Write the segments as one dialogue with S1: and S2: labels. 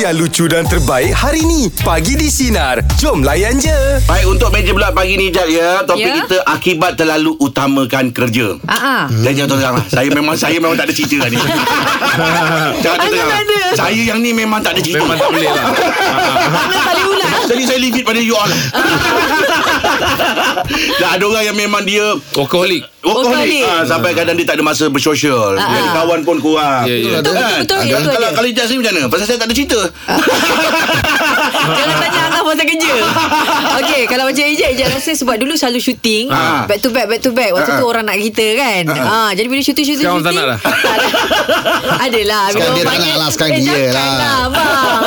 S1: yang lucu dan terbaik hari ni. Pagi di Sinar. Jom layan je.
S2: Baik untuk meja bulat pagi ni Jad ya Topik
S3: Ya.
S2: yeah. kita Akibat terlalu utamakan kerja
S3: Ah, ah.
S4: Hmm.
S2: Dan jangan terang lah Saya memang Saya memang tak ada cerita lah ni Jangan
S3: Anak
S2: terang lah.
S3: tak ada.
S2: Saya yang ni memang tak ada cerita
S4: Memang tak boleh lah
S3: Anak tak boleh ulang.
S2: Jadi saya leave it pada you all Dan ada orang yang memang dia oh,
S4: Alkoholik
S2: Workaholic
S3: Workaholic.
S2: ha, Sampai kadang dia tak ada masa bersosial
S3: Ah,
S2: Jadi
S3: ah.
S2: kawan pun kurang
S4: Ya, ya.
S3: Betul,
S2: Kan?
S3: betul, betul, betul
S2: Kalau-
S3: Ah.
S2: Kalau
S3: dia.
S2: kalau Ijaz ni macam mana Pasal saya tak ada cerita
S3: Jangan tanya Angah pasal kerja Okay Kalau macam Ejek Ejek rasa sebab dulu selalu syuting
S2: Ah.
S3: Back to back Back to back Waktu
S2: Ah,
S3: tu
S2: ah.
S3: orang nak kita kan ah, Jadi bila syuting Syuting
S4: Sekarang tak
S3: syuting
S4: nak lah.
S3: tak nak. Adalah bila orang
S5: Sekarang dia tak
S3: banyak-
S5: nak lah, sekarang
S3: eh,
S5: dia
S3: jangan
S5: lah.
S3: abang.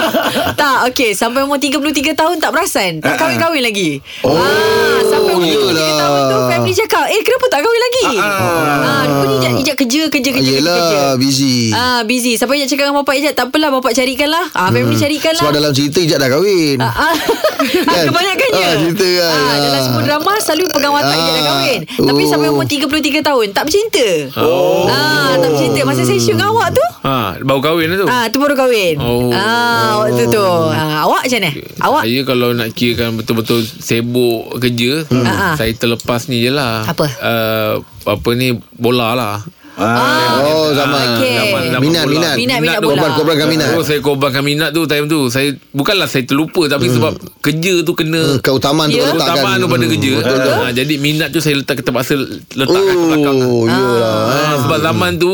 S3: Tak okay Sampai umur 33 tahun Tak perasan Tak
S2: Ah, ah.
S3: kahwin-kahwin lagi Oh ah, Sampai umur 33 tahun tu Family cakap Eh kenapa tak kahwin lagi ah, Rupanya Ijat, Ijat kerja Kerja kerja kerja
S5: Ah, Yelah busy
S3: Ah, busy Sampai Ijat cakap dengan bapak Ijat Tak apalah bapak carikan lah ah, Family carikan lah
S5: Hmm. Sebab dalam cerita Ijat dah kahwin
S3: Ah, kan?
S5: Kan?
S3: Kebanyakannya
S5: Ah, cerita kan.
S3: ah, Dalam
S5: Ah.
S3: semua drama Selalu pegang watak ah.
S5: Ah.
S3: dah kahwin Tapi
S5: Oh.
S3: sampai umur 33 tahun Tak bercinta oh. ah, Tak bercinta Masa saya shoot dengan awak tu
S4: ha, Baru kahwin lah tu
S3: Ah, tu baru kahwin
S4: Oh.
S3: ah, Waktu tu ah, Awak macam mana? Awak
S4: Saya kalau nak kirakan betul-betul sibuk kerja
S3: Ah, ah.
S4: Saya terlepas ni je lah
S3: Apa? Ah,
S4: uh, Apa ni Bola lah
S5: Oh
S4: Ah,
S5: zaman
S3: Okey.
S5: Minat, minat.
S3: Minat-minat
S4: tu
S3: bola.
S5: Korban-korbankan minat.
S4: Terus saya korbankan minat tu Time tu saya Bukanlah saya terlupa Tapi sebab Kerja tu kena
S5: Eh, Keutamaan tu
S3: Ya.
S5: Hmm. kau letakkan
S4: Keutamaan tu pada
S5: Hmm,
S4: kerja
S5: Betul tu
S4: ha, Jadi minat tu saya letak Terpaksa letakkan ke belakang
S5: Oh Yelah
S4: Ah, sebab zaman tu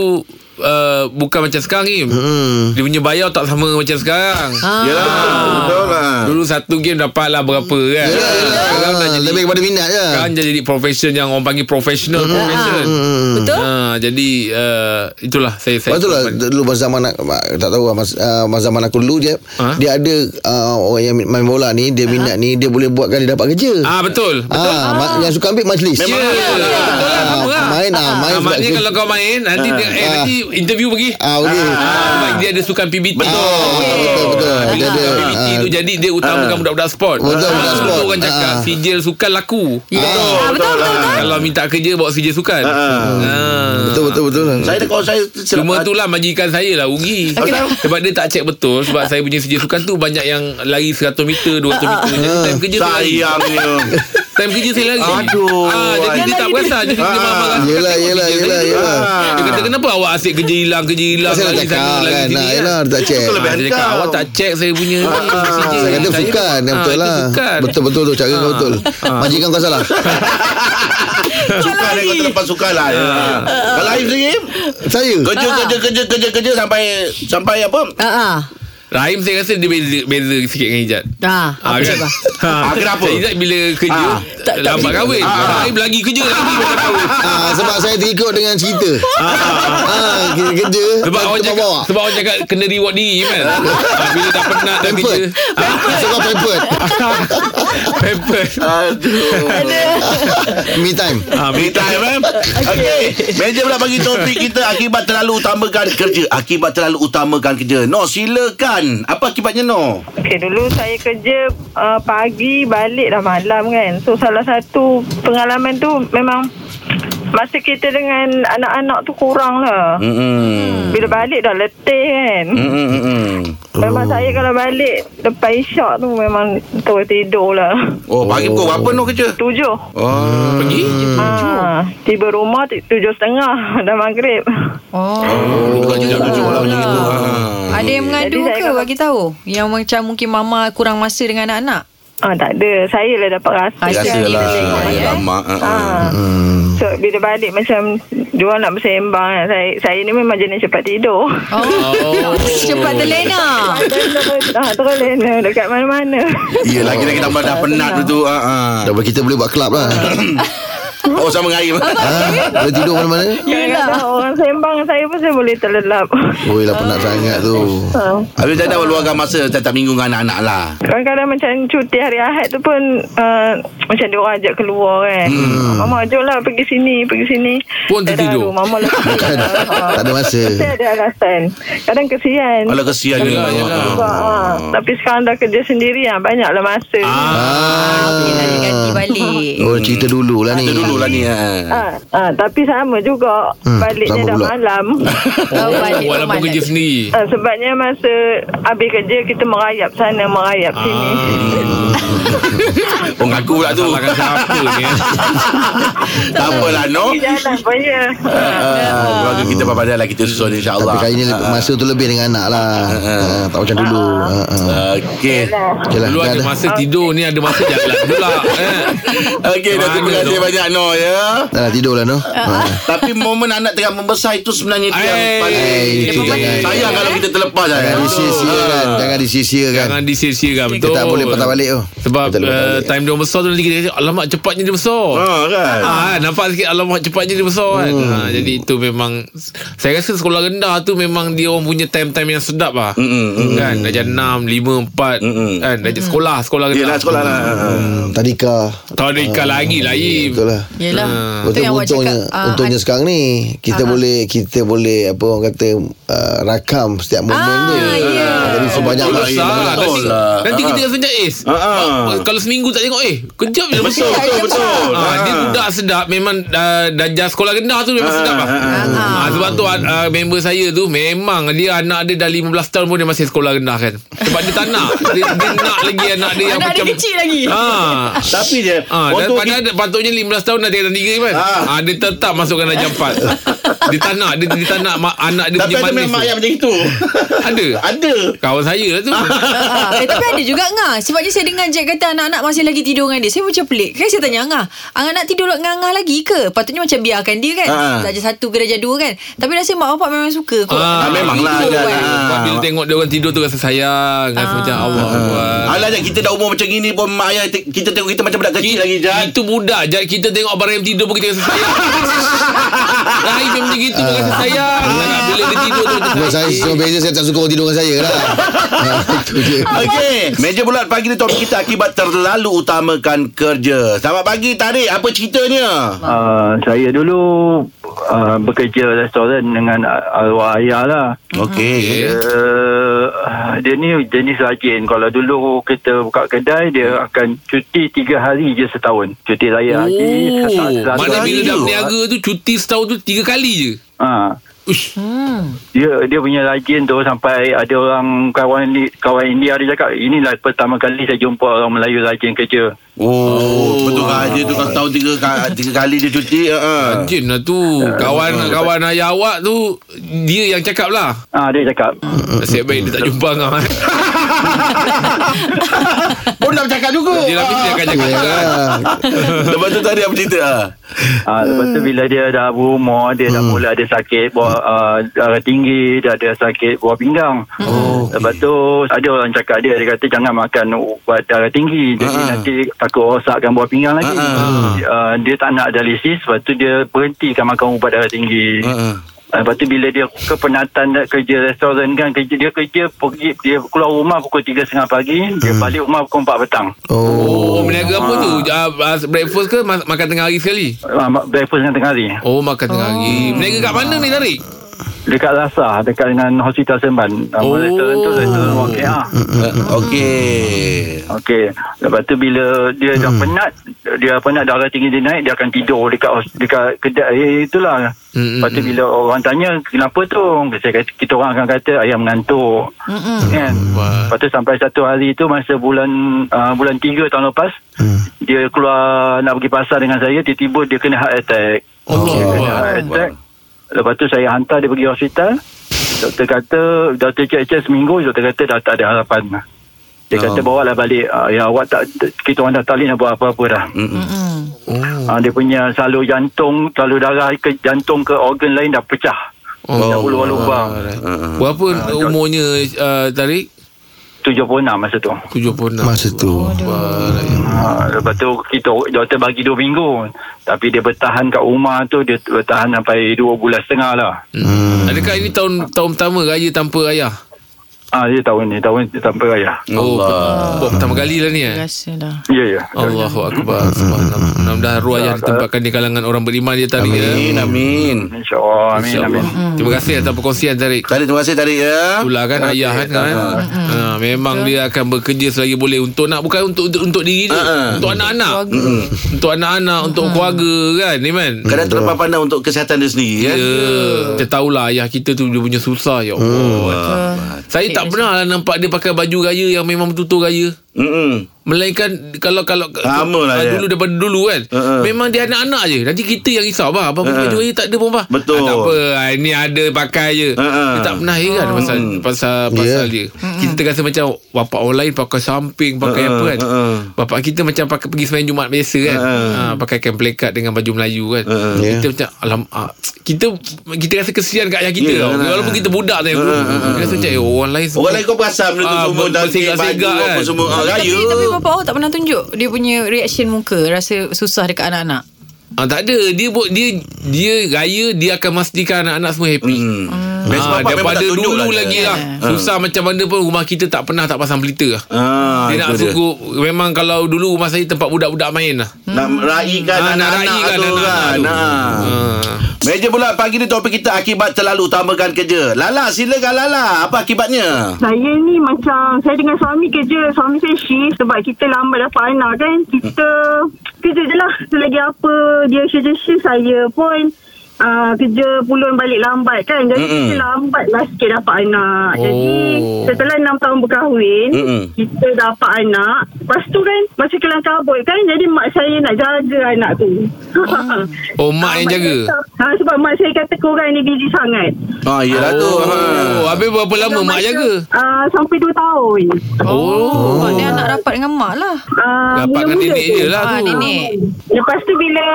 S4: uh, bukan macam sekarang ni. Hmm. Dia punya bayar tak sama macam sekarang.
S3: Ah.
S5: Ya.
S2: Yelah Betul lah
S5: Ah.
S4: Dulu satu game dapat lah berapa kan.
S5: Yelah, yelah.
S4: Sekarang dah
S5: Ya.
S4: jadi
S5: Ah, Lebih kepada Mm-hmm. minat je
S4: sekarang dah jadi profession yang orang panggil professional hmm. profession.
S3: ah, Betul?
S4: Ah, jadi uh, itulah saya saya.
S5: Lepas tu mm-hmm. lah Dulu masa zaman aku- Tak tahu lah masa, ah, masa zaman aku dulu je
S4: Ha?
S5: Dia ada ah, Orang yang main bola ni Dia minat ni Dia boleh buatkan dia dapat kerja
S4: Ah betul.
S5: Ah,
S4: Betul.
S5: ma- Yang suka ambil majlis
S4: Ya. Betul lah,
S5: Ah,
S4: sama lah.
S5: Main ah, Main
S4: Ah,
S5: sebab
S4: maknanya kalau kau main nanti dia, eh,
S5: Ah.
S4: nanti interview pergi.
S5: Ah, okey.
S4: Ah, baik dia ada sukan PBT.
S2: Betul.
S5: Betul betul
S4: Ah,
S5: Dia ada
S4: PBT
S5: ah,
S4: tu jadi dia utamakan budak-budak sport.
S5: Betul, budak
S4: Ah,
S5: sport.
S4: tu Orang cakap
S5: Ah. Ya.
S4: sijil sukan laku.
S5: Hmm.
S3: ah, Betul betul betul
S4: Kalau minta kerja bawa sijil sukan. Ah.
S5: Betul betul betul
S2: Saya tak kalau saya
S4: Cuma tu lah majikan saya lah rugi Sebab dia tak cek betul Sebab saya punya sijil sukan tu Banyak yang lari 100 meter 200 meter Jadi time kerja saya lari
S2: Sayangnya
S4: Time kerja saya lari
S2: Aduh.
S4: ah, Jadi dia tak perasan Jadi dia Ah. marah-marah
S5: Yelah yelah yelah
S2: Ya.
S5: yelah
S4: Dia kata kenapa awak asyik kerja hilang Kerja hilang
S5: Saya dah
S4: lari
S5: cakap
S4: sana
S5: kan
S4: lari
S5: Nah,
S4: sini
S5: Yelah dia tak check
S2: Betul lah,
S4: Ah, dia cakap
S2: Kau.
S4: awak tak check saya punya sijil.
S5: Saya kata
S4: Saya-
S5: sukan yang
S4: Ah,
S5: Betul
S4: itu
S5: lah
S4: sukan.
S5: Betul betul tu Cara kau betul Majikan kau salah
S2: Sukan yang kau terlepas sukan lah ya. Kalau Haif sendiri
S5: Saya
S2: Kerja kerja kerja kerja kerja sampai Sampai apa
S3: ah, ah.
S4: Rahim saya rasa dia beza, beza sikit dengan Ijat
S3: Ah, apa
S4: kan?
S3: sebab?
S4: Ha,
S2: Ah, kenapa?
S4: Saya Ijat bila kerja
S2: Ah.
S4: tak, Lambat kahwin Rahim lagi kerja Lagi lambat kahwin
S5: Ah, sebab saya terikut dengan cerita. Ah, kerja, kerja
S4: sebab orang cakap
S5: bawa.
S4: Sebab orang cakap Kena reward diri kan Ah, Bila dah penat dah kerja Ah.
S5: Pampered. Sebab pampered.
S4: Pampered
S5: Me time.
S4: Ah,
S2: Free time eh Okay Meja pula bagi topik kita Akibat terlalu utamakan kerja Akibat terlalu utamakan kerja No silakan Apa akibatnya No
S6: Okay, dulu saya kerja uh, pagi balik dah malam kan. So salah satu pengalaman tu memang masa kita dengan anak-anak tu kurang lah.
S2: Hmm
S6: Bila balik dah letih kan.
S2: Hmm, hmm, hmm, hmm.
S6: Memang saya kalau balik lepas isyak tu memang terus tidur lah.
S2: Oh pagi pukul berapa No kerja
S6: Tujuh.
S2: Oh
S4: Pergi
S6: Ha, tiba rumah tu- tujuh setengah dah maghrib.
S3: Oh,
S2: Bukan jam tujuh malam macam Ah. itu
S3: Ada yang mengadu
S6: Jadi saya
S3: ke
S6: kalau-
S3: bagi tahu Yang macam mungkin mama kurang masa dengan anak-anak
S6: Ah tak ada. Saya lah dapat rasa.
S3: Ah,
S6: Saya
S2: Biasalah
S6: ni tengok
S2: Ada
S6: dia.
S2: lama ah, ah.
S6: Ah.
S5: Hmm.
S6: So bila balik macam dia orang nak bersembang kan. Saya saya ni memang jenis cepat tidur.
S3: Oh,
S4: Oh.
S3: Cepat terlena
S6: Terus- ah, Terus lena dekat mana-mana.
S2: Ya lagi lagi tambah dah penat tu tu ah, ah.
S5: Dah kita boleh buat kelab lah.
S2: Oh sama dengan Haif
S5: ha? Boleh tidur mana-mana.
S6: Kadang-kadang orang sembang saya pun saya boleh terlelap.
S5: Oh, lah penat sangat tu.
S6: Ah.
S2: Habis dah dah luangkan masa Setiap minggu dengan anak-anak lah
S6: Kadang-kadang macam cuti hari Ahad tu pun uh, macam dia orang ajak keluar kan.
S5: Hmm.
S6: Mama jomlah pergi sini, pergi sini.
S4: Pun tertidur.
S6: Kadang, Mama lah.
S5: Bukan. Tak ada masa.
S6: Mesti ada alasan. Kadang kesian.
S2: Alah kesian Oh. je
S4: Yelah, yelah.
S6: Sebab, ah, tapi sekarang dah kerja sendiri ah banyaklah masa.
S4: Ah.
S3: Ah, Yelah dia ganti balik
S5: Oh, cerita dulu lah ni.
S2: Dulu dulu lah ni. Ha.
S7: Ah, ah, tapi sama juga
S5: Hmm,
S7: hmm, Baliknya
S5: sama
S7: dah
S5: pula.
S7: malam
S3: Oh, balik
S4: Oh, walaupun
S3: rumah
S4: kerja
S3: dah.
S4: sendiri.
S7: ah, Sebabnya masa Habis kerja Kita merayap sana Merayap
S2: Ah.
S7: sini
S2: Oh, ngaku pula tu.
S4: Ah. Salahkan siapa ni? eh?
S2: tak apalah, no.
S7: Ini jalan apa ya
S2: Ah, Keluarga kita pandai lah kita susun insyaAllah.
S5: Tapi kali ni lebih- masa tu lebih dengan anak lah Ah, Tak macam dulu Ah, ah.
S2: Okey.
S5: Okey lah,
S4: Dulu
S5: dah
S4: ada
S5: dah.
S4: masa tidur Ni ada masa jalan pula eh.
S2: Okey, dah terima
S4: Mana
S2: kasih
S4: tu?
S2: banyak Noh ya.
S5: Dah lah tidur lah no Ah.
S2: Tapi momen anak tengah membesar itu sebenarnya dia yang
S4: Eh,
S2: paling
S5: itu jangan.
S2: sayang kalau kita terlepas
S5: Ah. Jangan
S2: kan.
S5: disia-siakan Jangan disia-siakan
S4: Jangan disir-sirkan
S5: Kan. Kita
S4: betul
S5: tak boleh patah balik tu
S4: Sebab
S5: Kita tak boleh
S4: uh,
S5: patah balik.
S4: time dia besar tu Nanti kita kata Alamak cepatnya dia besar
S2: Ha kan.
S4: Ah, nampak sikit alamak cepatnya dia besar kan. Hmm. Ha, jadi itu memang saya rasa sekolah rendah tu memang dia orang punya time-time yang sedap lah.
S2: Mm-mm,
S4: Kan darjah 6, 5, 4
S2: Mm-mm.
S4: kan darjah sekolah, sekolah rendah.
S2: Yelah sekolah lah. Ah. Ya,
S5: Tadika
S4: Tahun dekat lagi lain.
S5: Hmm, Betul lah
S3: Yelah
S4: Ah.
S3: Itu yang awak
S5: untungnya,
S3: cakap ah,
S5: untungnya
S3: an- Ah,
S5: sekarang ni kita boleh kita boleh apa orang kata uh, rakam setiap momen tu. Ah,
S3: ya.
S5: Jadi sebanyak mana
S4: Betul lah
S2: lagi,
S4: Sah.
S2: mana
S4: Nanti,
S2: lah.
S4: nanti kita
S2: Ah.
S4: rasa macam Eh
S2: Ah, ah.
S4: Kalau seminggu tak tengok Eh kejap je
S2: Betul
S4: besar.
S2: betul betul.
S4: Ah, dia
S2: Ah.
S4: budak sedap Memang uh, Dajah sekolah rendah tu Memang
S2: Ah,
S4: sedap lah
S2: ah, ah.
S4: ah, Sebab tu uh, Member saya tu Memang Dia anak dia dah 15 tahun pun Dia masih sekolah rendah kan Sebab dia tak nak Dia, dia nak lagi anak dia yang
S3: Anak dia
S4: macam
S3: kecil lagi
S4: Ah,
S2: Tapi je
S4: Ah, dan
S2: waktu
S4: padahal
S2: kita-
S4: patutnya 15 tahun dah tinggal 3 kan. Ah.
S2: Ah.
S4: dia tetap masukkan darjah 4. dia tak nak, dia, dia tak nak ma- anak dia
S2: tapi
S4: punya
S2: ada
S4: manis.
S2: memang mak
S4: tu.
S2: yang macam itu.
S4: Ada.
S2: Ada.
S4: Kawan saya lah tu.
S3: Ah, eh, tapi ada juga Angah Sebab dia saya dengar Jack kata Anak-anak masih lagi tidur dengan dia Saya macam pelik Kan saya tanya Angah Angah nak tidur dengan Angah lagi ke? Patutnya macam biarkan dia kan
S2: Ah.
S3: Darjah satu ke darjah dua kan Tapi rasa mak bapak memang suka kalau
S4: Ah,
S3: anak-anak
S2: memang lah,
S3: tidur
S2: kan.
S3: kan.
S2: Ah.
S4: Sebab Bila tengok dia orang tidur tu rasa sayang. Rasa macam Allah. Allah.
S2: Alah Jad, kita dah umur macam gini pun mak ayah te- kita tengok kita macam budak kecil lagi Jad.
S4: Itu budak je Kita tengok barang yang tidur pun kita rasa sayang Lain memang macam gitu pun rasa sayang
S2: Ah.
S4: Sangat Bila dia tidur tu macam
S5: Sebab saya sebab biasa saya tak suka orang tidur dengan saya lah. ha, itu je.
S2: Okey, meja bulat pagi ni topik kita akibat terlalu utamakan kerja. Selamat pagi Tarik, apa ceritanya?
S8: Uh, saya dulu uh, bekerja restoran dengan uh, arwah ayah lah.
S2: Okey.
S8: Uh, dia ni jenis rajin. Kalau dulu kita buka kedai, dia akan cuti tiga hari je setahun. Cuti raya haji.
S4: Oh,
S8: Selasa-
S4: mana
S8: Selasa-
S4: bila dah
S8: Jumaat.
S4: berniaga tu cuti setahun tu tiga kali je.
S8: Ah.
S4: Ush,
S8: dia dia punya rajin tu sampai ada orang kawan ni kawan India dia cakap inilah pertama kali saya jumpa orang Melayu rajin kerja.
S2: Oh, betul kerja tu kalau tahun tiga, ka- tiga kali dia cuti. Uh.
S4: Jin lah tu Kawan-kawan ayah awak tu Dia yang cakap lah
S8: Ah dia cakap
S4: Nasib baik dia tak jumpa kau eh.
S2: Pun nak bercakap juga.
S4: Dia habis dia akan cakap juga kan
S5: Ah.
S2: Lepas tu Tarik apa cerita? ah?
S8: Ah, lepas tu bila dia dah berumur dia dah mula ada sakit buah uh, darah tinggi dia ada sakit buah pinggang oh, lepas tu ada orang cakap dia dia kata jangan makan ubat darah tinggi jadi
S2: Ah, ah.
S8: nanti takut rosakkan buah pinggang lagi
S2: Ah, ah,
S8: uh, dia tak nak dialisis lepas tu dia berhentikan makan ubat darah tinggi
S2: Ah, ah.
S8: Ah, Lepas tu bila dia kepenatan nak kerja restoran kan kerja dia kerja pergi dia keluar rumah pukul 3.30 pagi dia
S2: Hmm.
S8: balik rumah pukul 4 petang.
S5: Oh.
S4: Oh berniaga apa tu Ah, ah, Breakfast ke mas- makan tengah hari sekali
S8: Ah, ma- breakfast dengan tengah hari.
S4: Oh makan tengah hari Berniaga kat mana ni Tarik
S8: Dekat Rasa dekat dengan Hospital Semban. Ah,
S4: Oh.
S8: Restoran tu restoran okay, ah.
S2: Ah, Okey.
S8: Okey. Lepas tu bila dia dah penat dia penat darah tinggi dia naik dia akan tidur dekat hos- dekat kedai eh, itulah.
S4: Hmm,
S8: Lepas tu bila orang tanya kenapa tu saya kata, kita orang akan kata ayam mengantuk.
S3: Mm-mm.
S8: kan lepas tu sampai satu hari tu masa bulan uh, bulan 3 tahun lepas
S5: Hmm.
S8: dia keluar nak pergi pasar dengan saya tiba-tiba dia kena heart attack
S4: Allah
S8: dia kena
S4: Oh, Allah.
S8: heart attack lepas tu saya hantar dia pergi hospital doktor kata doktor cek-cek seminggu doktor kata dah tak ada harapan lah. dia kata bawa lah balik uh, ya awak tak kita orang dah tak boleh nak buat apa-apa dah
S3: Mm-mm.
S8: uh, dia punya salur jantung salur darah ke jantung ke organ lain dah pecah dah
S4: Oh.
S8: puluh lubang
S4: Berapa umurnya ah, Tarik
S8: 76 masa tu
S4: 76
S5: Masa tu.
S3: Oh,
S8: Ha, lepas tu kita doktor bagi 2 minggu tapi dia bertahan kat rumah tu dia bertahan sampai 2 bulan setengah lah.
S4: Hmm. Adakah ini tahun tahun pertama raya tanpa ayah?
S8: Ah ha, dia tahun ni tahun tanpa raya.
S4: Oh, buat pertama kali lah ni eh.
S3: Rasa dah
S8: Ya ya.
S4: Allahu akbar subhanallah. Mudah-mudahan roh yang ditempatkan di kalangan orang beriman ya Tarik ya.
S2: Amin, amin.
S8: Insya-Allah. Amin amin.
S4: Terima kasih atas perkongsian Tarik.
S2: Tarik, terima kasih Tarik ya.
S4: Itulah kan ayah kan. kan?
S2: Ah,
S4: Ha, memang dia akan bekerja selagi boleh untuk nak bukan untuk untuk, untuk diri dia,
S2: Ha, ha.
S4: untuk anak-anak.
S3: Keluarga.
S4: Mm. Untuk anak-anak, untuk keluarga kan, ni man.
S2: Kadang terlepas pandang untuk kesihatan dia sendiri
S4: Ya.
S2: kan.
S4: Kita tahulah ayah kita tu dia punya susah ya Allah.
S2: Hmm.
S4: Saya tak pernah lah nampak dia pakai baju raya yang memang betul-betul raya.
S2: Hmm.
S4: Melainkan kalau kalau
S2: Sama lah
S4: ah,
S2: dia.
S4: dulu daripada dulu kan.
S2: Ha, ha.
S4: Memang dia anak-anak je. Nanti kita yang risau bah. Abang
S2: Ha, ha.
S4: baju raya tak ada pun bah.
S2: Betul.
S4: Ah, tak apa. Ah, Ini ada pakai je.
S2: Ha, ha.
S4: Dia tak pernah heran pasal pasal pasal dia. Kita terasa macam bapak orang lain pakai samping, pakai
S2: Ha, ha,
S4: apa kan.
S2: ha, ha.
S4: Bapak kita macam pakai pergi sembahyang Jumaat biasa kan.
S2: Ha, ha.
S4: Ha, pakai kain pelekat dengan baju Melayu kan.
S2: Ah,
S5: Ya.
S4: Kita macam alam ah, kita kita rasa kesian kat ayah kita
S2: Ya,
S4: tau.
S2: lah.
S4: Walaupun kita budak
S2: Ha,
S4: tu.
S2: ha, ha.
S4: Kita rasa macam eh, orang lain
S2: Orang lain kau perasan benda tu
S4: Ah,
S2: semua
S4: ber-
S2: dah
S4: bersegak-segak
S2: baju apa
S4: kan.
S2: semua ah,
S3: Tapi,
S2: raya.
S3: tapi bapak awak tak pernah tunjuk Dia punya reaction muka Rasa susah dekat anak-anak
S4: Ah, tak ada dia buat dia dia raya dia akan pastikan anak-anak semua happy.
S2: Hmm. Best
S4: Ah,
S2: bapak memang
S4: daripada
S2: tak tunjuk
S4: dulu
S2: dia.
S4: lagi lah.
S2: Ah.
S4: Susah macam mana pun rumah kita tak pernah tak pasang pelita lah.
S2: Ah,
S4: dia nak
S2: itu dia.
S4: suruh memang kalau dulu rumah saya tempat budak-budak main lah.
S2: Nak raikan
S4: Ah, nak
S2: anak-anak
S4: raikan
S2: tu
S4: anak-anak
S2: kan.
S4: tu.
S2: Ha.
S4: Ah.
S2: Meja pula pagi ni topik kita akibat terlalu utamakan kerja. Lala silakan Lala. Apa akibatnya?
S9: Saya ni macam Saya dengan suami kerja Suami saya shift Sebab kita lambat dapat anak kan Kita Kerja je lah Selagi apa Dia kerja shift Saya pun uh, Kerja pulun balik lambat kan Jadi
S2: Mm-mm.
S9: mm-hmm. kita lambat lah sikit dapat anak oh. Jadi
S4: Oh.
S9: Setelah 6 tahun berkahwin
S2: Mm-mm.
S9: Kita dapat anak Lepas tu kan Masa kelang kabut kan Jadi mak saya nak jaga anak tu
S2: Ah.
S9: Ah,
S4: Oh, mak
S7: Ah,
S4: yang jaga?
S9: ha, Sebab mak saya kata korang ni busy sangat
S2: Ah, yelah tu.
S4: Oh,
S2: Ha.
S4: habis berapa lama mak jaga?
S9: uh, Sampai 2 tahun
S4: Oh.
S3: oh. Dia anak rapat dengan mak lah
S9: Ah,
S4: Dapat dengan
S9: mula-mula
S4: nenek
S9: tu.
S4: je lah
S3: Ah,
S4: tu.
S3: nenek.
S9: Lepas tu bila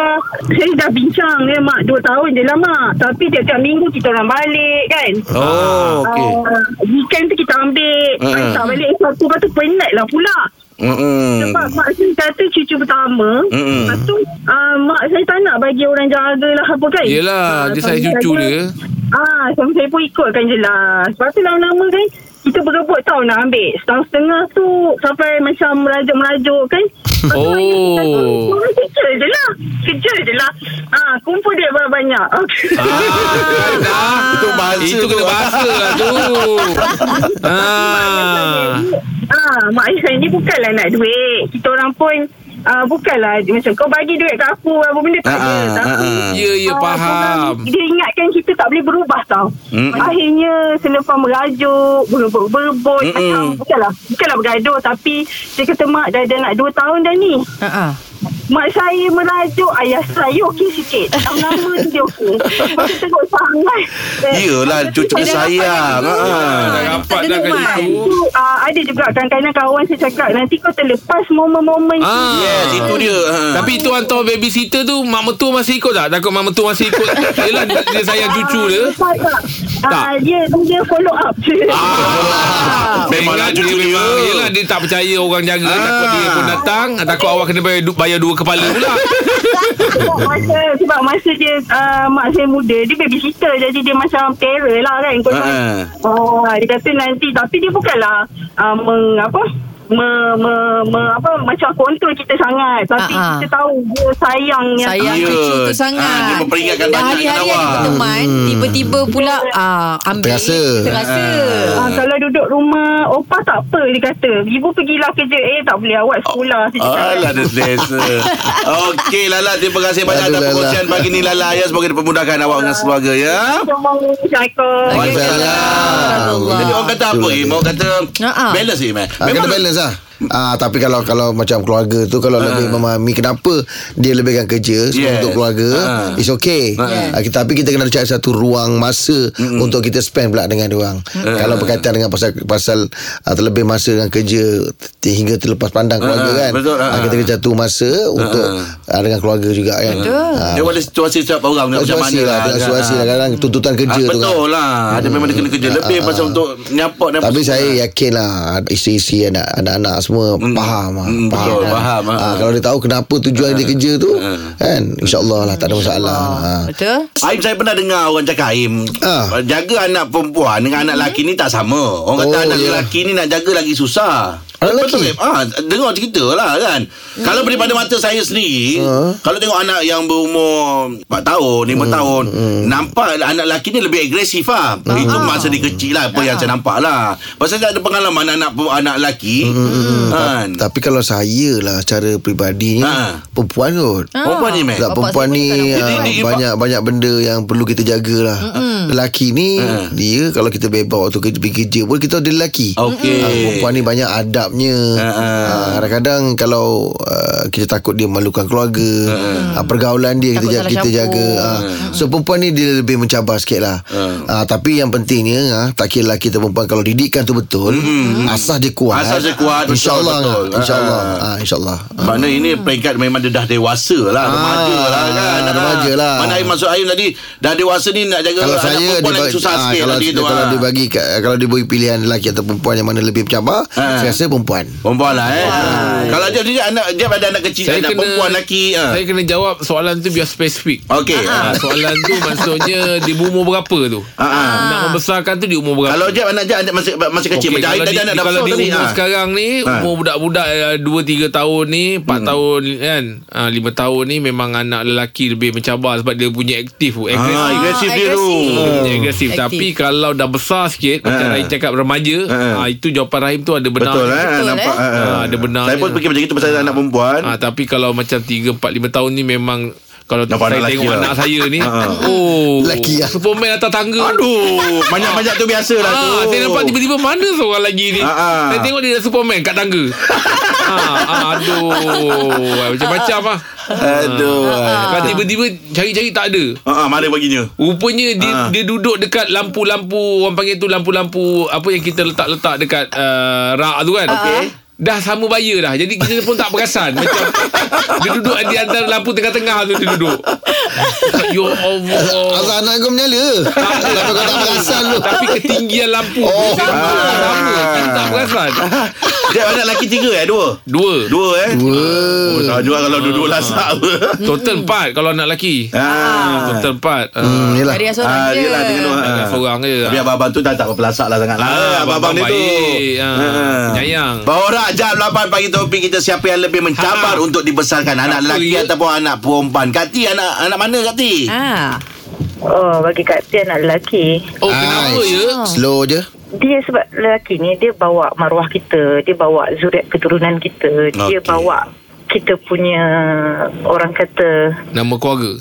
S9: saya dah bincang dia mak 2 tahun je lah mak. Tapi tiap-tiap minggu kita orang balik kan.
S2: Oh, okey.
S9: Uh, weekend tu kita ambil
S2: Ah.
S9: uh. Tak balik esok Lepas tu penat lah pula
S2: Hmm.
S9: Sebab mak saya kata cucu pertama
S2: Mm-mm.
S4: Hmm.
S9: Lepas tu uh, Mak saya tak nak bagi orang jaga lah apa kan
S4: Yelah, dia
S9: suami
S4: saya cucu dia.
S9: Ah, suami saya pun ikutkan je lah. Sebab tu lama-lama kan, kita berebut tau nak ambil. Setahun setengah tu sampai macam merajuk-merajuk kan. Lepas tu
S4: Oh.
S9: ayah kita kata, "Korang Kerja je lah. Kerja je lah. Ah, kumpul duit banyak-banyak. Okay.
S4: Ah, dah.
S2: Itu bahasa
S4: Itu kena
S2: tu.
S4: bahasa lah tu. Ah.
S9: Ah, mak ayah saya ni bukanlah nak duit. Kita orang pun ah, bukanlah macam kau bagi duit kat aku apa benda tak ada.
S2: Ah, ah,
S9: Tapi
S2: ah.
S4: Ya, ya
S9: Ah,
S4: faham.
S9: korang- Dia ingatkan kita tak boleh berubah tau.
S2: Mm.
S9: Mm. Akhirnya selepas merajuk, berebut-berebut,
S2: Mm-mm.
S9: macam bukanlah, bukanlah bergaduh tapi dia kata mak dah, dah nak 2 tahun dah ni.
S3: uh-uh.
S9: Mak saya merajuk, ayah saya okey sikit. Lama-lama tu dia okey. Lepas tu tengok sangat. Eh,
S2: Yelah, cucu
S3: Dia dah
S2: sayang.
S3: rapat
S2: Ha.
S4: Dah Ah, rapat dah kali
S3: Dengar.
S4: tu.
S9: tu uh, ada juga kadang-kadang kawan saya cakap nanti kau terlepas momen-momen tu.
S4: Ah.
S2: Yes, itu dia. Ha.
S4: Tapi tu hantar babysitter tu Mak metua masih ikut tak? Takut mak metua masih ikut Yelah dia, dia sayang cucu dia
S9: Ah, tak.
S4: Tak.
S9: Ah, dia dia follow up je.
S2: Ah,
S4: Saya
S2: memanglah
S4: ingat dia
S2: cucu dia.
S4: memang Yelah dia tak percaya orang jaga
S2: Ah.
S4: Takut dia pun datang Ah, Takut awak kena bayar, du- bayar dua kepala pula Ah.
S9: sebab masa sebab masa dia uh, mak saya muda dia babysitter jadi dia macam terror lah kan kau
S2: Ha.
S9: uh-uh. oh, dia kata nanti tapi dia bukanlah uh, meng, apa me, me, me, apa macam kontrol kita sangat tapi
S3: Ah, ah.
S9: uh-huh. kita tahu dia sayang yang
S3: Sayang
S2: Ya.
S3: cucu tu
S2: Ah,
S3: sangat
S2: dia memperingatkan
S3: Dah
S2: banyak
S3: hari-hari
S2: kat
S3: ada
S2: awak.
S3: berteman Tiba-tiba pula ah, Ambil
S5: Terasa.
S3: Terasa
S9: Ah,
S2: Ya.
S9: kalau duduk rumah Opah tak apa Dia kata Ibu pergilah kerja Eh tak boleh awak sekolah Saya cakap,
S4: Ah.
S2: Alah dia selesa Okey Lala Terima kasih banyak
S5: Aduh,
S2: Atas
S5: Lala.
S2: perkongsian pagi ni Lala ya Semoga dipermudahkan awak dengan keluarga ya
S9: Assalamualaikum
S5: Waalaikumsalam.
S2: Jadi orang kata apa eh? Orang kata
S3: Ha-ha.
S2: Balance eh man.
S5: Ah, kena balance lah Ah, tapi kalau kalau macam keluarga tu kalau lebih memahami kenapa dia lebihkan kerja
S2: Ah. Yes.
S5: yes. untuk keluarga
S2: Ah.
S5: it's okay.
S2: Ah.
S5: Ah, kita, tapi kita kena cari satu ruang masa untuk kita spend pula dengan dia orang.
S2: Ah.
S5: Kalau berkaitan dengan pasal pasal ah, terlebih masa dengan kerja t- hingga terlepas pandang keluarga
S2: Ah,
S5: kan.
S2: betul, ah.
S5: Ah, kita kena jatuh masa untuk ah, dengan keluarga juga kan. Betul.
S2: Dia ada situasi setiap orang nak macam
S5: Situasi
S2: mana kan?
S5: lah Tengok situasi lah Kadang tuntutan
S2: Ah,
S5: kerja tu kan Ah,
S2: Betul lah Ada memang dia kena kerja Lebih pasal untuk Nyapak dan
S5: tapi saya yakin lah Isteri-isteri anak- Anak-anak semua Faham lah
S2: Mm, betul, faham,
S5: Ah,
S2: ah.
S5: Kalau dia tahu Kenapa tujuan dia kerja tu Kan InsyaAllah lah Tak ada masalah Ah.
S3: Betul
S2: Aim saya pernah dengar orang cakap Aim
S5: Ah.
S2: Jaga anak perempuan Dengan anak lelaki ni tak sama Orang kata
S5: Oh,
S2: anak
S5: ya.
S2: lelaki ni Nak jaga lagi susah
S5: Anak
S2: Betul
S5: lelaki?
S2: Im. Ah, dengar cerita lah kan. Hmm. Kalau daripada mata saya sendiri,
S5: Ah.
S2: kalau tengok anak yang berumur 4 tahun, 5 hmm. tahun, hmm. nampak anak lelaki ni lebih agresif lah.
S5: Ah.
S2: Hmm. Itu masa dia kecil lah apa yang saya nampak lah. Pasal saya ada pengalaman anak anak lelaki hmm. kan.
S5: Tapi kalau saya lah Cara peribadinya
S2: Ha.
S5: Perempuan kot
S9: Ah.
S2: Perempuan ni, Mat?
S5: Sebab
S9: Bapak
S5: perempuan
S9: saya pun
S5: ni
S9: tak
S5: ah,
S2: nampak. Jadi,
S5: Banyak-banyak benda Yang perlu kita jagalah Lelaki ni Dia kalau kita bebas Waktu kerja, pergi kerja pun Kita ada lelaki
S2: Okey.
S5: Ah, Perempuan ni banyak adabnya Ah, Kadang-kadang Kalau ah, Kita takut dia malukan keluarga Ah, Pergaulan dia
S9: Takut
S5: Kita,
S9: salah
S5: jaga, kita
S9: campur.
S5: jaga Ah, So perempuan ni Dia lebih mencabar sikit lah Ah, Tapi yang pentingnya ah, Tak kira lelaki atau perempuan Kalau didikan tu betul Asas dia kuat
S2: Hmm.
S5: eh.
S2: Asas dia kuat, betul,
S5: InsyaAllah
S2: betul.
S5: InsyaAllah
S2: Ah.
S5: Ah, InsyaAllah Ah.
S2: Makna ini peringkat memang dia dah dewasa lah Remaja
S5: Ah,
S2: lah kan
S5: remaja
S2: Ah.
S5: lah.
S2: Mana Aim maksud Aim tadi Dah dewasa ni nak jaga
S5: kalau
S2: anak
S5: saya
S2: perempuan
S5: dia
S2: lagi susah
S5: ah,
S2: sikit
S5: kalau,
S2: tadi tu,
S5: kalau
S2: ah.
S5: dia bagi kalau dia bagi pilihan lelaki atau perempuan yang mana lebih mencabar
S2: Ah.
S5: saya rasa perempuan
S2: Perempuan lah eh
S4: Ah.
S2: Kalau dia, dia anak Dia ada anak kecil Anak perempuan lelaki ah.
S4: Saya kena jawab soalan tu biar spesifik.
S2: Okey
S4: Ha,
S2: ah.
S4: soalan tu maksudnya di umur berapa tu?
S2: Ah, ah.
S4: Nak membesarkan tu di umur berapa?
S2: Kalau Jeb anak Jeb anak masih masih kecil
S4: Okey,
S2: macam Aim
S4: kalau
S2: tadi
S4: di,
S2: anak dah
S4: kalau
S2: besar
S4: di
S2: tadi.
S4: umur
S2: ah. Hmm.
S4: sekarang ni
S2: Ha.
S4: umur budak-budak eh, 2 3 tahun ni 4 tahun kan ah, 5 tahun ni memang anak lelaki lebih mencabar sebab dia punya aktif tu,
S2: Ah, agresif
S4: agresif.
S2: dia tu.
S4: Dia punya agresif
S9: Aktif.
S4: Tapi kalau dah besar sikit Macam
S2: Ha.
S4: Rahim cakap remaja
S2: Ha.
S4: ah, Itu jawapan Rahim tu ada benar
S2: Betul eh
S9: Betul,
S2: nampak
S9: eh?
S2: ah, ah.
S4: Ah, ada benarnya.
S2: Saya pun fikir macam itu pasal anak perempuan.
S4: Ah, Tapi kalau macam 3, 4, 5 tahun ni memang kalau
S2: Nampak
S4: saya
S2: anak
S4: tengok
S2: lelaki
S4: anak
S2: lah.
S4: saya ni Oh
S5: Lelaki lah.
S4: Superman atas tangga
S2: Aduh, banyak-banyak tu biasalah tu.
S4: Ah, saya nampak tiba-tiba mana seorang lagi ni.
S2: Ah, ah.
S4: Saya tengok dia dah Superman kat tangga. ah, ah, aduh, macam-macam ah.
S2: Aduh.
S5: Ha.
S4: Kalau tiba-tiba cari-cari tak ada.
S2: Ha ah, mana baginya?
S4: Rupanya dia
S2: Ah.
S4: dia duduk dekat lampu-lampu orang panggil tu lampu-lampu apa yang kita letak-letak dekat uh, rak tu kan. Okey. Dah sama baya dah Jadi kita pun tak perasan Macam Dia duduk di antara lampu tengah-tengah tu Dia duduk Ya
S2: Oh.
S4: Allah
S5: Azan anak kau menyala Kenapa kau tak perasan tu
S4: tapi ketinggian lampu
S5: Oh.
S4: sama
S2: Ah.
S4: sama Kita tak perasan
S2: Jeb anak lelaki tiga eh dua.
S4: dua
S2: Dua eh. Dua. Oh, tak juga kalau duduk lasak apa.
S4: total empat kalau anak lelaki
S2: Ah.
S4: total empat Ah.
S5: Hmm, yelah.
S9: Dari seorang
S2: Ah,
S9: je.
S2: dia lah dia kena.
S4: Dengan
S2: ah.
S4: seorang je.
S2: Tapi abang-abang tu dah tak berpelasak lah sangat.
S4: Ah,
S2: Ah, abang-abang dia
S4: abang-abang
S2: tu.
S4: baik. Ah, penyayang.
S2: Bawarak jam 8 pagi topik kita siapa yang lebih mencabar
S4: Ha.
S2: untuk dibesarkan anak
S4: Siapa
S2: lelaki
S4: ya?
S2: ataupun anak perempuan. Kati anak anak mana Kati?
S9: Ah.
S10: Oh, bagi Kak Tian anak lelaki.
S4: oh kenapa
S5: Ais.
S4: ya
S5: Slow je
S10: Dia sebab lelaki ni, dia bawa maruah kita. Dia bawa zuriat keturunan kita. Dia
S2: Okey.
S10: bawa kita punya orang kata
S4: nama keluarga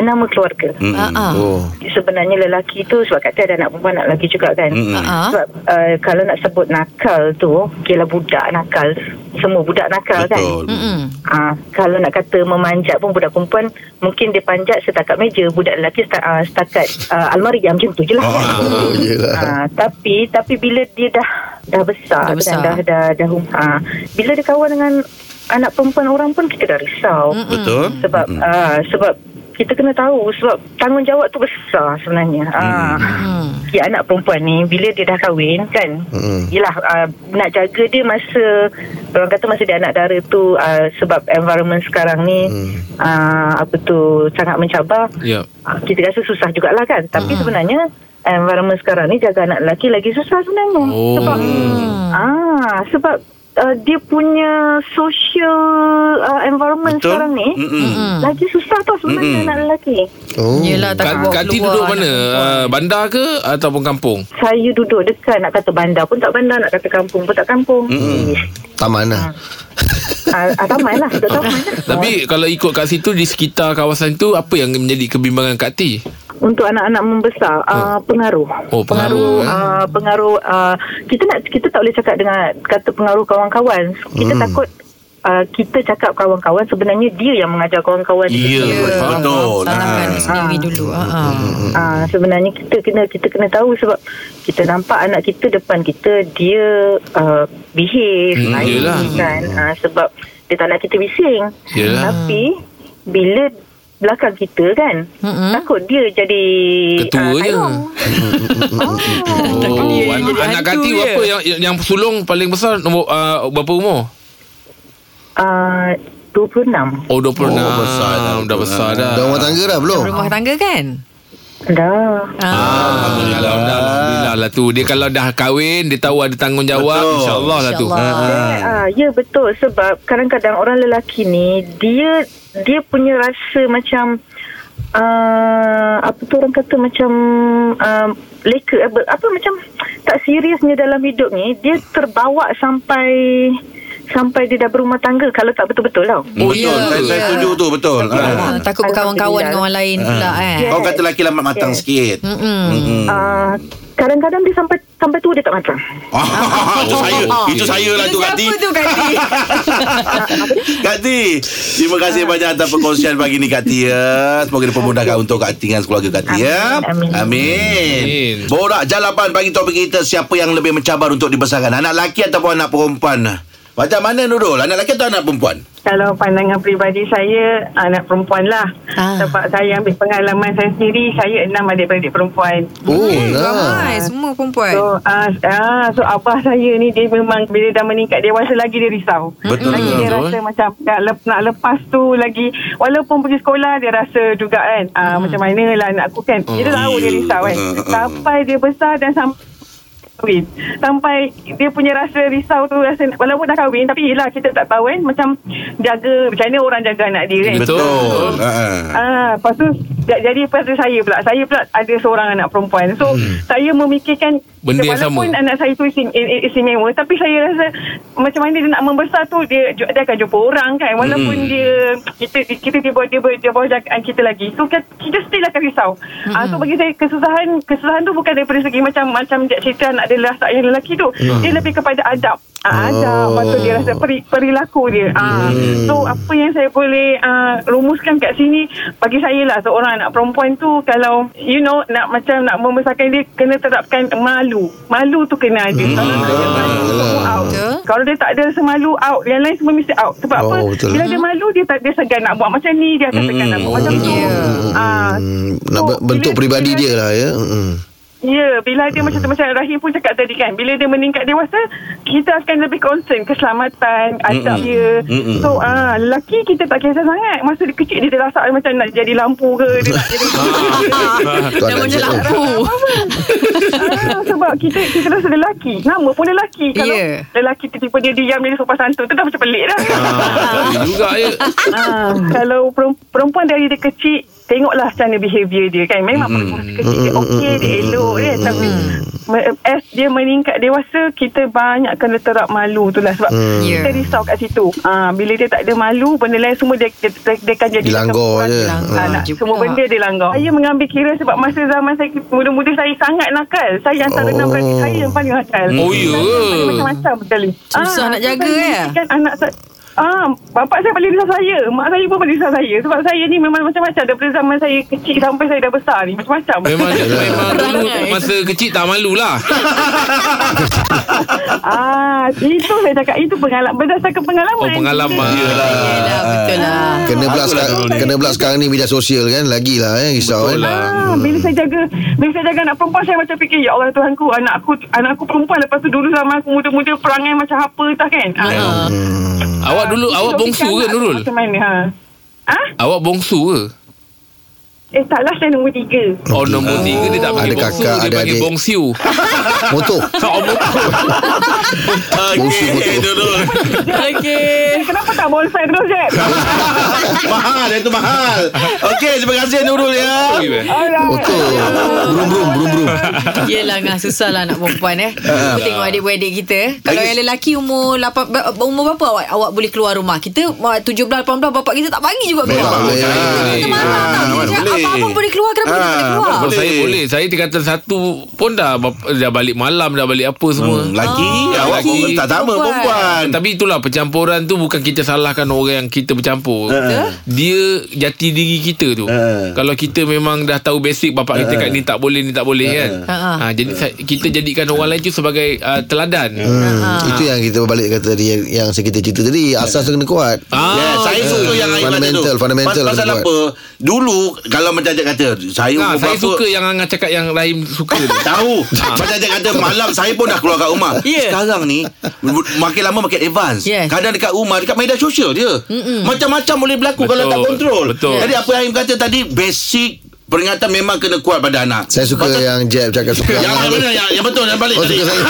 S10: nama keluarga.
S2: Hmm.
S9: Ah, ah.
S5: Oh
S10: sebenarnya lelaki tu sebab kat saya ada anak perempuan anak lelaki juga kan
S2: Mm-mm.
S7: hmm.
S9: Ah.
S3: Hmm.
S10: sebab uh, kalau nak sebut nakal tu kira budak nakal semua budak nakal
S2: Hmm, Betul.
S10: kan
S3: hmm.
S9: Mm-mm.
S10: Ah, kalau nak kata memanjat pun budak perempuan mungkin dia panjat setakat meja budak lelaki setakat, uh, setakat uh, almari yang macam tu je lah
S5: Oh yelah
S10: Ah, tapi tapi bila dia dah dah besar,
S9: Dah
S10: dan
S9: besar.
S10: dah dah dah ha, bila dia kawan dengan anak perempuan orang pun kita dah risau.
S2: Betul.
S10: Sebab ah, sebab kita kena tahu sebab tanggungjawab tu besar sebenarnya. Ah. Ya anak perempuan ni bila dia dah kahwin kan.
S5: Mm.
S10: Yalah ah, nak jaga dia masa orang kata masa dia anak dara tu ah, sebab environment sekarang ni ah, apa tu sangat mencabar.
S4: ya
S10: Ah, kita rasa susah jugalah kan tapi sebenarnya environment sekarang ni jaga anak lelaki lagi susah sebenarnya
S4: Oh.
S10: sebab ah sebab uh, dia punya social uh, environment
S2: Betul.
S10: sekarang ni
S2: Mm-mm.
S10: lagi susah tau sebenarnya
S2: Mm-mm.
S10: anak lelaki
S5: Oh
S9: Yelah tak
S4: Kat,
S9: bawa
S4: Kati
S9: keluar
S4: duduk
S9: anak
S4: mana
S9: perempuan.
S4: Ah, bandar ke ataupun kampung
S10: saya duduk dekat nak kata bandar pun tak bandar nak kata kampung pun tak kampung
S5: Hmm.
S10: mm.
S5: Taman lah
S10: ah, ah, taman lah duduk taman lah
S4: tapi kalau ikut kat situ di sekitar kawasan tu apa yang menjadi kebimbangan Kati
S10: untuk anak-anak membesar uh, pengaruh
S4: Oh, pengaruh,
S10: pengaruh uh, pengaruh uh, kita nak kita tak boleh cakap dengan kata pengaruh kawan-kawan kita takut uh, kita cakap kawan-kawan sebenarnya dia yang mengajar kawan-kawan
S2: Ya, betul.
S9: Salahkan
S2: Ah.
S9: sendiri dulu ah, ah.
S4: Hmm.
S10: Ah, sebenarnya kita kena kita kena tahu sebab kita nampak anak kita depan kita dia uh, behave
S4: Hmm,
S10: baik
S4: yelah.
S10: kan ah, sebab dia tak nak kita bising
S4: Yelah.
S10: tapi bila belakang kita kan
S9: Mm-mm.
S10: takut dia jadi
S4: Ketua
S10: ah,
S4: je.
S10: tayong.
S4: oh,
S9: dia
S4: an-
S9: ikut
S4: anak
S9: hantu
S4: Kati
S9: dia.
S4: berapa yang yang yang sulung paling besar nombor ah, berapa umur
S10: Ah, 26
S4: oh 26
S2: Oh, besar dah.
S4: dah besar dah
S5: Dah rumah tangga dah belum
S9: Rumah tangga kan
S7: Dah.
S3: Ah,
S4: Alhamdulillah dah, Alhamdulillah lah tu Dia kalau dah kahwin Dia tahu ada tanggungjawab
S2: Betul.
S4: InsyaAllah lah tu
S3: InsyaAllah.
S7: Ah, ya betul sebab kadang-kadang orang lelaki ni dia dia punya rasa macam uh, apa tu orang kata macam uh, leka apa, apa macam tak seriusnya dalam hidup ni dia terbawa sampai sampai dia dah berumah tangga kalau tak betul-betul tau.
S2: Oh,
S4: Oh,
S2: betul.
S4: ya.
S2: Saya, saya setuju tu betul.
S3: Ah,
S2: Ha.
S3: takut berkawan-kawan dengan orang lain pula eh.
S7: Yeah.
S2: Kau kata lelaki lambat matang
S7: Yeah.
S2: sikit.
S3: Mm-mm.
S2: Hmm.
S7: Ah, kadang-kadang dia sampai sampai tua dia tak matang.
S2: itu saya, itu saya lah
S3: Itu
S2: tu Kak Ti.
S3: siapa tu Kak Ti?
S2: Kak Ti, terima
S3: Ah.
S2: kasih banyak atas perkongsian pagi ni Kak Ti ya. Semoga dipermudahkan untuk Kak Ti dengan keluarga Kak Ti ya.
S7: Amin,
S2: Amin.
S4: Amin.
S2: Borak jalapan bagi topik kita siapa yang lebih mencabar untuk dibesarkan anak lelaki ataupun anak perempuan. Macam mana Nurul? Anak lelaki atau anak perempuan?
S7: Kalau pandangan peribadi saya anak perempuan lah.
S3: Ah.
S7: Sebab saya ambil pengalaman saya sendiri, saya enam adik-beradik perempuan.
S5: Oh,
S3: Hmm,
S5: lah.
S3: Ramai semua perempuan.
S7: So, uh, uh, so abah saya ni dia memang bila dah meningkat dewasa lagi dia risau.
S2: Betul.
S7: Lagi dia
S4: Betul.
S7: rasa macam nak, lep, nak lepas tu lagi walaupun pergi sekolah dia rasa juga kan uh, macam mana lah anak aku kan. Dia dah tahu dia risau kan.
S2: Hmm.
S7: Sampai dia besar dan sampai kahwin. Sampai dia punya rasa risau tu rasa walaupun dah kahwin tapi yelah kita tak tahu kan macam jaga macam mana orang jaga anak dia kan.
S4: Betul.
S2: Ha.
S7: Ah, lepas tu ja- jadi pada saya pula. Saya pula ada seorang anak perempuan. So hmm. saya memikirkan
S4: Benda yang
S7: walaupun
S4: sama.
S7: anak saya tu isti- i- i- istimewa tapi saya rasa macam mana dia nak membesar tu dia ju- dia akan jumpa orang kan walaupun hmm. dia kita kita dia bawa dia bawa, dia bawa jagaan kita lagi. So kita, kita still akan risau. Hmm. Ah, so bagi saya kesusahan kesusahan tu bukan daripada segi macam macam dia cerita anak dia lelaki, yang lelaki tu. Hmm. Dia lebih kepada adab. Ah, adab, lepas tu dia
S5: Oh.
S7: rasa peri, perilaku dia. Ah,
S5: Hmm.
S7: So apa yang saya boleh ah, rumuskan kat sini bagi saya lah seorang anak perempuan tu kalau you know nak macam nak membesarkan dia kena terapkan malu. Malu tu kena
S5: Hmm.
S7: ada. Kalau tak ada malu
S5: Ah.
S7: semua out.
S3: Betul.
S7: Kalau dia tak ada semalu out, yang lain semua mesti out. Sebab
S5: Oh,
S7: apa?
S5: betul.
S7: Bila dia malu dia tak dia segan nak buat macam ni, dia akan segan nak buat macam tu.
S3: Ya.
S7: Ah,
S5: Hmm, nak
S7: so,
S5: be- bentuk
S7: bila-
S5: peribadi
S7: bila-
S5: dia lah ya. Hmm.
S7: Ya, bila dia macam macam Rahim pun cakap tadi kan, bila dia meningkat dewasa, kita akan lebih concern keselamatan, adab
S2: Mm-mm.
S7: dia.
S2: Mm-mm.
S7: So, ah lelaki kita tak kisah sangat. Masa dia kecil dia rasa macam nak jadi lampu ke, dia nak jadi
S3: Dah
S5: anak
S3: macam lah.
S5: dia.
S3: lampu.
S7: ah, sebab kita kita rasa lelaki. Nama pun lelaki. Kalau
S3: Ya.
S7: lelaki tiba-tiba dia diam dia sopan santun, tu dah macam pelik dah.
S2: Ah.
S4: Boleh juga ya
S7: Ah,
S3: Hmm.
S7: kalau perem- perempuan dari dia kecil tengoklah macam mana behavior dia kan memang
S4: Hmm.
S7: mm. perempuan kecil dia
S3: Hmm.
S7: okey dia elok kan tapi me- as dia meningkat dewasa kita banyak kena terap malu tu lah sebab mm.
S3: Ya.
S7: kita risau kat situ ah, bila dia tak ada malu benda lain semua dia, dia, dia, dia akan jadi
S5: Dilanggar
S7: macam- ah,
S5: je.
S7: nak,
S3: Dilanggar je
S7: semua
S3: pula.
S7: benda dia langgar saya mengambil kira sebab masa zaman saya muda-muda saya sangat nakal saya antara enam
S5: Oh.
S7: beradik saya yang paling nakal
S4: Oh ya
S7: macam-macam Ah, kali.
S3: Susah nak jaga, eh?
S7: Kan anak saya Ah, bapak saya paling risau saya. Mak saya pun paling risau saya. Sebab saya ni memang macam-macam. Daripada zaman saya kecil sampai saya dah besar ni. Macam-macam.
S4: Memang memang dulu
S3: Perangai.
S4: masa kecil tak malu lah
S7: ah, itu saya cakap. Itu pengalaman. Berdasarkan pengalaman.
S4: Oh pengalaman
S5: Ah.
S3: Yelah, betul lah.
S5: Kena
S2: Aku
S5: pula
S2: lah
S5: sekarang,
S2: dulu ni.
S5: kena pula sekarang ni media sosial kan lagilah eh risau
S4: Betul
S5: kan.
S4: lah
S7: Ah, bila saya jaga bila saya jaga anak perempuan saya macam fikir ya Allah Tuhanku anak aku anak aku perempuan lepas tu dulu zaman aku muda-muda perangai macam apa tak kan ah,
S5: Hmm.
S4: Awak dulu
S7: Itu
S4: Awak
S7: fikir
S4: bongsu ke
S7: anak aku
S4: Nurul
S7: macam mana ha? ah?
S4: Awak bongsu ke
S7: eh taklah saya nombor tiga
S4: Oh
S5: Okey.
S4: nombor tiga Dia tak panggil
S5: Ada
S4: bongsu
S5: kakak,
S4: Dia
S5: ada
S4: panggil
S5: adik.
S4: bongsiu
S5: Motor.
S4: Kau bongsu
S2: Ah, Okey, Nurul.
S3: Okey.
S7: Kenapa tak bonsai terus je?
S2: mahal, itu mahal. Okey, terima kasih Nurul ya.
S7: Alright.
S5: Motor. Brum brum brum Ah. brum.
S3: Yelah ngah susah lah nak perempuan eh. Aku tengok adik-beradik kita eh. Kalau
S2: Lagi-
S3: yang lelaki umur 8 ber- umur berapa awak awak boleh keluar rumah? Kita uh, 17 18 bapak kita tak panggil juga keluar.
S5: boleh.
S3: Kita marah
S2: Ah,
S3: tau. Kita
S2: mana
S3: cakap,
S2: boleh.
S3: apa-apa boleh keluar kenapa kita tak
S2: Ah,
S3: boleh keluar?
S2: apa
S4: Oh, saya
S2: Boleh.
S4: boleh Saya tingkatan satu Pun dah bap- Dah balik malam Dah balik apa semua
S2: Hmm, lagi
S4: Ah,
S2: awak
S4: lagi.
S2: pun tak sama
S3: Oh. Perempuan.
S2: perempuan.
S4: Tapi itulah Percampuran tu Bukan kita salahkan orang Yang kita bercampur
S2: Betul.
S4: Dia jati diri kita tu
S2: Ah.
S4: Kalau kita memang Dah tahu basic Bapak kita kat ni tak boleh Ni tak boleh kan
S3: Ah.
S4: ha, Jadi sa- kita jadikan orang lain tu Sebagai ah, teladan
S5: Hmm, itu yang kita balik kata tadi yang, yang saya kita cerita tadi asas tu kena kuat.
S4: Ah,
S2: Yes, Ya, saya suka yang Aib kata tu.
S5: Fundamental, fundamental
S2: Pas- Pasal
S5: kena
S2: apa? Dulu kalau macam dia kata, saya
S4: nah,
S2: umur
S4: Ah, Saya
S2: berapa-
S4: suka Ah. yang Angah cakap Yang Rahim suka tu
S2: Tahu Macam dia kata Malam saya pun dah keluar kat rumah
S3: Ya.
S2: Sekarang ni Makin lama makin advance
S3: Yes.
S2: Kadang dekat rumah Dekat media sosial dia Macam-macam boleh berlaku Kalau
S4: Betul.
S2: tak kontrol
S4: Betul.
S2: Jadi apa yang Aim kata tadi Basic peringatan memang kena kuat pada anak.
S5: Saya suka
S2: Pasal-
S5: yang Jeb cakap suka
S2: yang yang
S5: anak.
S2: benar yang, yang betul yang balik
S5: Oh,
S2: tadi.
S5: suka saya.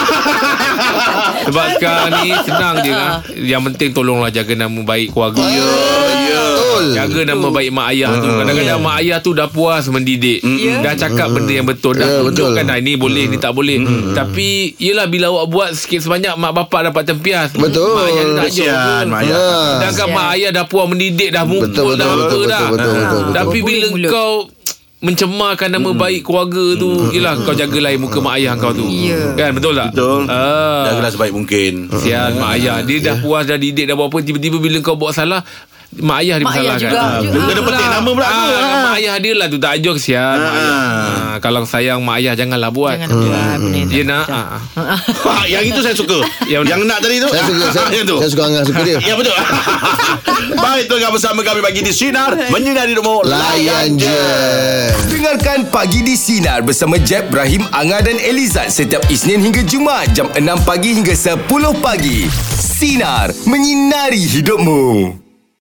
S4: Sebab sekarang ni senang je lah. Yang penting tolonglah jaga nama baik keluarga.
S2: Oh, ya.
S5: Betul. Ah.
S4: Jaga nama baik mak ayah tu. Kadang-kadang mak ayah tu dah puas mendidik. Dah cakap benda yang betul. Dah
S5: Ya,
S4: yeah,
S5: betul.
S4: tunjukkan dah ini boleh, ni tak boleh. Tapi yelah bila awak buat sikit sebanyak mak bapak dapat tempias.
S5: Betul.
S4: Mak ayah tak jauh.
S2: Kesian mak ayah.
S5: Ha.
S4: Sedangkan mak ayah dah puas mendidik dah mukul
S5: Betul,
S4: dah
S5: betul,
S4: apa
S5: betul,
S4: dah. Ah.
S5: betul, betul, betul, betul.
S4: Tapi bila
S3: Mulut.
S4: kau mencemarkan nama baik keluarga tu Yelah kau jaga lain muka mak ayah kau tu
S3: Ya.
S4: Kan betul tak?
S2: Betul.
S5: ya.
S4: ah.
S2: Jagalah sebaik mungkin.
S4: Kesian
S2: Ah.
S4: mak ayah Dia dah
S2: Ya.
S4: puas dah didik dah buat apa Tiba-tiba bila kau buat salah Mak ayah dia
S3: Mak ayah
S4: bersalahkan
S3: juga.
S4: Ah,
S3: Juga.
S4: betul
S2: Kena
S4: lah.
S2: petik nama pula tu.
S4: Ah, Mak ayah dia lah tu tak ajar kesian mak ayah. Ah, Kalau sayang mak ayah janganlah buat
S3: Jangan buat
S2: Hmm.
S3: benda yang
S4: Dia
S3: tak
S4: nak
S3: sedap.
S4: ah.
S2: Ha, yang itu saya suka.
S4: Yang
S2: yang,
S4: mana?
S2: nak tadi tu.
S5: Saya suka saya,
S2: yang tu.
S5: saya suka Angah suka dia.
S2: Ya betul. Baik tengah bersama kami bagi di sinar menyinari rumah.
S5: Layan je.
S1: Dengarkan Pagi di Sinar bersama Jeb, Ibrahim, Anga dan Elizad setiap Isnin hingga Jumaat jam 6 pagi hingga 10 pagi. Sinar, menyinari hidupmu.